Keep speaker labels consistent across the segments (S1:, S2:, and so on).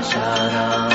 S1: आशाराम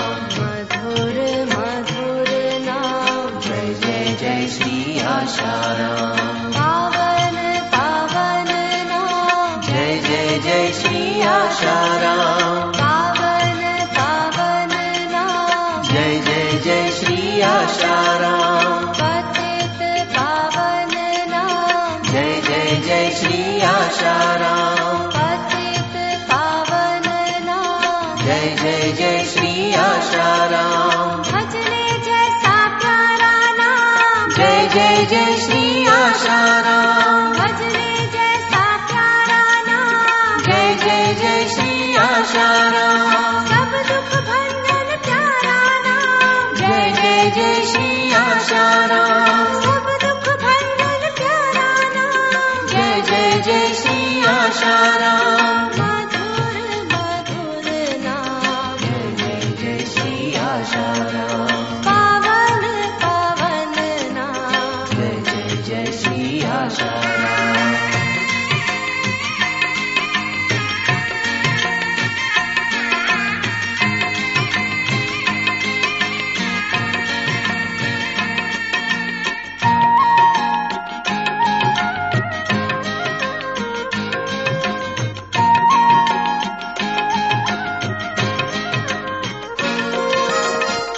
S2: मधुर मधुर नाम
S1: जय जय जय श्री आशाराम
S2: पावन पावन नाम
S1: जय जय जय श्री आशाराम
S2: पावन पावन नाम
S1: जय जय जय श्री आशाराम
S2: पतित पावन नाम
S1: जय जय जय श्री आशाराम
S2: पतित पावन नाम
S1: जय जय जय श्री आशाराम
S2: भजने जैसा प्यारा नाम
S1: जय जय जय श्री आशाराम
S2: भजने जैसा प्यारा नाम
S1: जय जय जय श्री आशाराम
S2: सब दुख भंजन प्यारा नाम
S1: जय जय जय श्री आशाराम
S2: सब दुख भंजन प्यारा नाम
S1: जय जय जय श्री आशाराम
S2: मधुर मधुर नाम
S1: जय जय जय श्री आशाराम
S2: पावन पावन नाम
S1: जय जय जय श्री आशाराम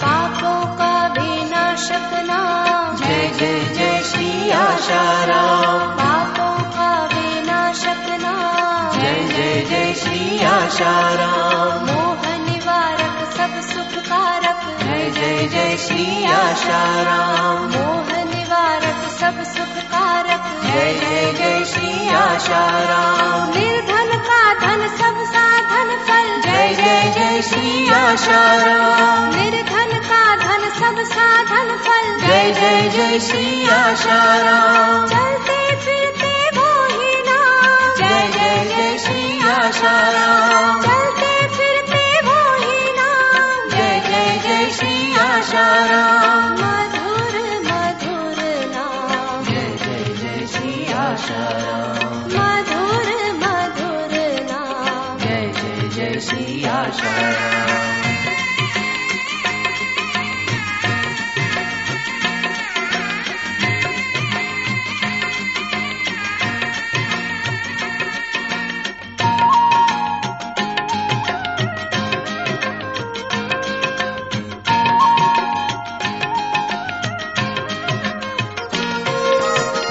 S2: पापों का विनाशक नाम
S1: जय जय जय श्री आशाराम
S2: पापों का विनाशक नाम
S1: जय जय जय श्री आशाराम
S2: मोह निवारक सब सुख कारक
S1: जय जय जय श्री आशाराम
S2: मोह निवारक सब सुख कारक
S1: जय जय जय श्री आशाराम
S2: निर्धन का धन सब साधन फल
S1: जय जय जय श्री आशाराम
S2: निर्धन का धन सब साधन फल
S1: जय जय जय श्री आशाराम
S2: चलते फिरते वो ही नाम
S1: जय जय जय श्री आशाराम
S2: चलते फिरते वो ही नाम
S1: जय जय जय श्री आशाराम
S2: मधुर मधुर नाम
S1: जय जय जय श्री आशाराम
S2: मधुर मधुर नाम
S1: जय जय जय श्री आशाराम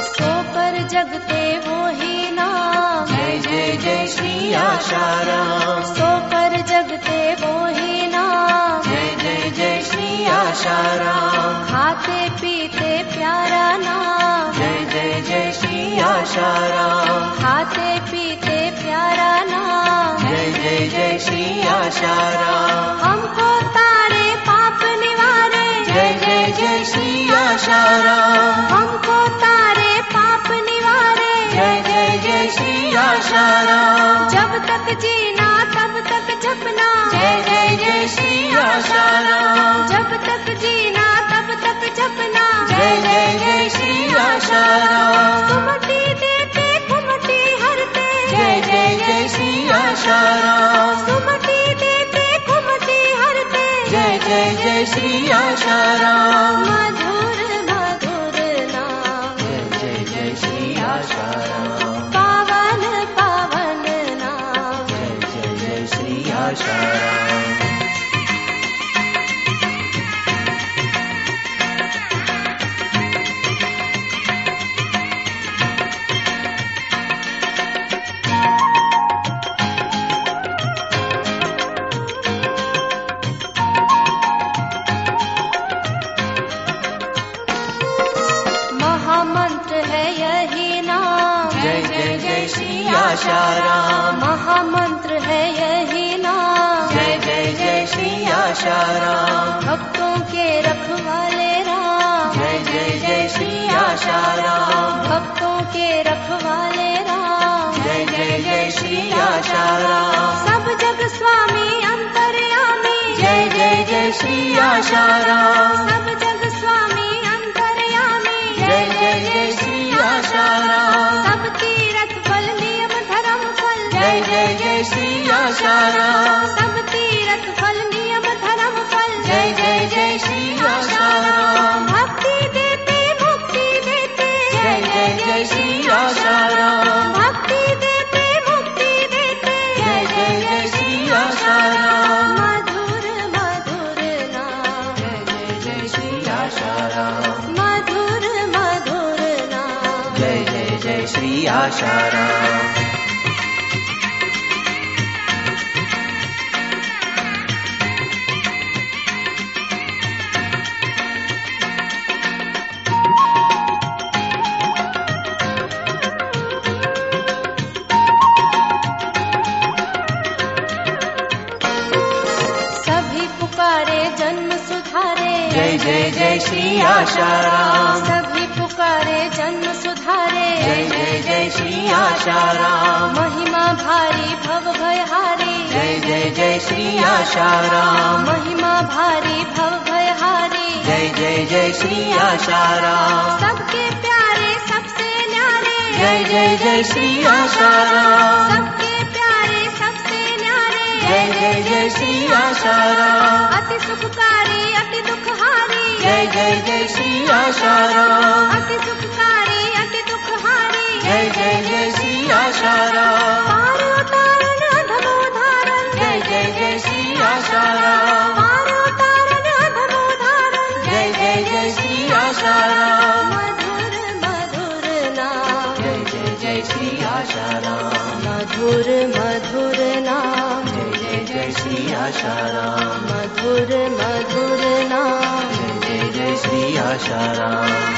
S2: सो पर जगते वो ही नाम
S1: जय जय जय श्री आशाराम
S2: सो पर जगते वो ही नाम
S1: जय जय जय श्री आशाराम
S2: खाते पीते प्यारा नाम
S1: जय जय जय श्री आशाराम
S2: खाते पीते प्यारा नाम
S1: जय जय जय श्री आशाराम
S2: हमको तारे पाप निवारे
S1: जय जय जय श्री आशाराम
S2: हमको तारे पाप निवारे
S1: जय जय जय श्री आशाराम
S2: जब तक जीना तब तक जपना
S1: जय जय जय श्री आशाराम
S2: जब तक जीना तब तक जपना
S1: जय जय जय श्री आशाराम
S2: सुमटी देते घुमटी हरते
S1: जय जय जय श्री आशाराम
S2: सुमटी देते घुमटी हरते
S1: जय जय जय श्री आशाराम
S2: मधुर मधुर नाम
S1: जय जय जय श्री आशाराम
S2: पावन पावन नाम
S1: जय जय जय श्री आशाराम
S2: महामंत्र है यही नाम
S1: जय जय जय श्री आशाराम
S2: महामंत्र है यही नाम
S1: जय जय जय श्री आशाराम
S2: भक्तों के रखवाले राम
S1: जय जय जय श्री आशाराम
S2: भक्तों के रखवाले राम
S1: जय जय जय श्री आशाराम
S2: सब जग स्वामी अंतर्यामी
S1: जय जय जय श्री आशाराम
S2: सब जग स्वामी अंतर्यामी
S1: जय जय जय श्री आशाराम
S2: सब तीरथ फल नियम धर्म फल
S1: जय जय जय श्री आशाराम
S2: सब तीरथ फल नियम
S1: आशाराम
S2: भक्ति देते मुक्ति देते
S1: जय जय जय श्री आशाराम
S2: मधुर मधुर नाम
S1: जय जय जय श्री आशाराम
S2: मधुर मधुर नाम
S1: जय जय जय श्री आशाराम
S2: सभी पुकारे जन्म सुधारे
S1: जय जय जय श्री आशाराम
S2: सभी पुकारे जन्म सुधारे
S1: जय जय जय श्री आशाराम
S2: महिमा भारी भव भय हारे
S1: जय जय जय श्री आशाराम
S2: महिमा भारी भव भय हारे
S1: जय जय जय श्री आशाराम
S2: सबके प्यारे सबसे न्यारे
S1: जय जय जय श्री आशाराम
S2: सबके प्यारे सबसे न्यारे
S1: जय जय जय श्री आशाराम
S2: अति सुखकारी अति दुखहारी
S1: जय जय जय श्री आशाराम
S2: अति सुखकारी अति दुखहारी
S1: जय जय जय श्री आशाराम
S2: पार उतारन अधमोधारन
S1: जय जय जय श्री आशाराम
S2: पार उतारन अधमोधारन
S1: जय जय जय श्री आशाराम
S2: मधुर मधुर नाम
S1: जय जय जय श्री आशाराम
S2: मधुर मधुर नाम
S1: जय जय जय श्री आशाराम
S2: मधुर मधुर नाम
S1: जय जय जय श्री आशाराम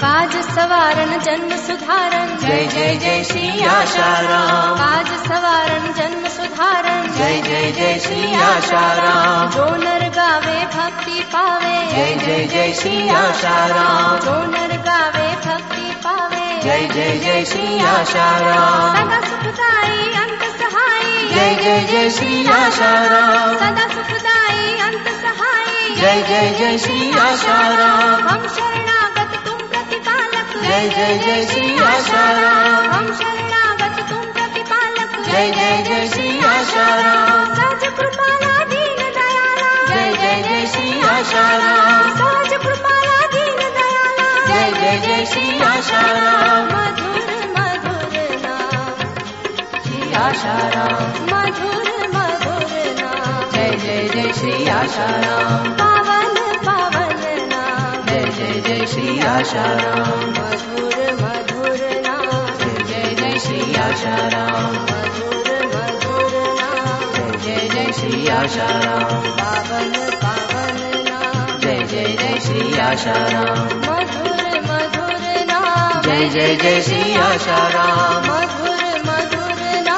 S2: काज सवारन जन्म सुधारन
S1: जय जय जय श्री आशाराम
S2: काज सवारन जन्म सुधारन
S1: जय जय जय श्री आशाराम
S2: जो नर गावे भक्ति पावे
S1: जय जय जय श्री आशाराम
S2: जो नर गावे भक्ति पावे
S1: जय जय जय श्री आशाराम
S2: सदा सुखदाई अंत सहाय
S1: जय जय जय श्री आशाराम
S2: सदा सुखदाई अंत सहाय
S1: जय जय जय श्री आशाराम
S2: हम शरणागत तुम प्रतिपालक
S1: जय जय जय श्री आशाराम
S2: हम शरणागत तुम प्रतिपालक
S1: जय जय जय श्री आशाराम
S2: सहज कृपाला दीन दयाला
S1: जय जय जय श्री आशाराम
S2: सहज कृपाला दीन दयाला
S1: जय जय जय श्री आशाराम
S2: मधुर मधुर नाम
S1: श्री आशाराम
S2: मधुर मधुर नाम
S1: जय जय जय श्री आशाराम
S2: पावन पावन नाम
S1: जय जय जय श्री आशाराम
S2: मधुर मधुर नाम
S1: जय जय जय श्री आशाराम
S2: मधुर मधुर नाम
S1: जय जय जय श्री आशाराम
S2: पावन पावन नाम
S1: जय जय जय श्री आशाराम
S2: मधुर मधुर नाम
S1: जय जय जय श्री आशाराम
S2: मधुर मधुर नाम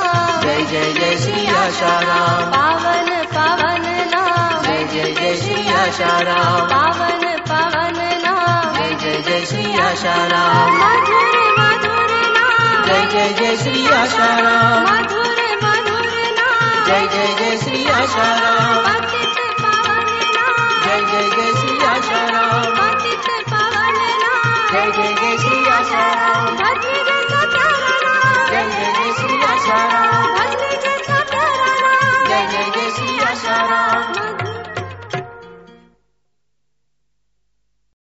S1: जय जय जय श्री आशाराम
S2: पावन पावन नाम
S1: जय जय जय श्री आशाराम
S2: पावन पावन नाम
S1: जय जय जय श्री आशाराम
S2: मधुर मधुर नाम
S1: जय जय जय श्री आशाराम
S2: मधुर मधुर नाम
S1: जय जय जय श्री आशाराम
S2: पतित पावन नाम पतित पावन नाम
S1: जय जय जय श्री आशाराम जय जय जय श्री आशाराम
S2: भजन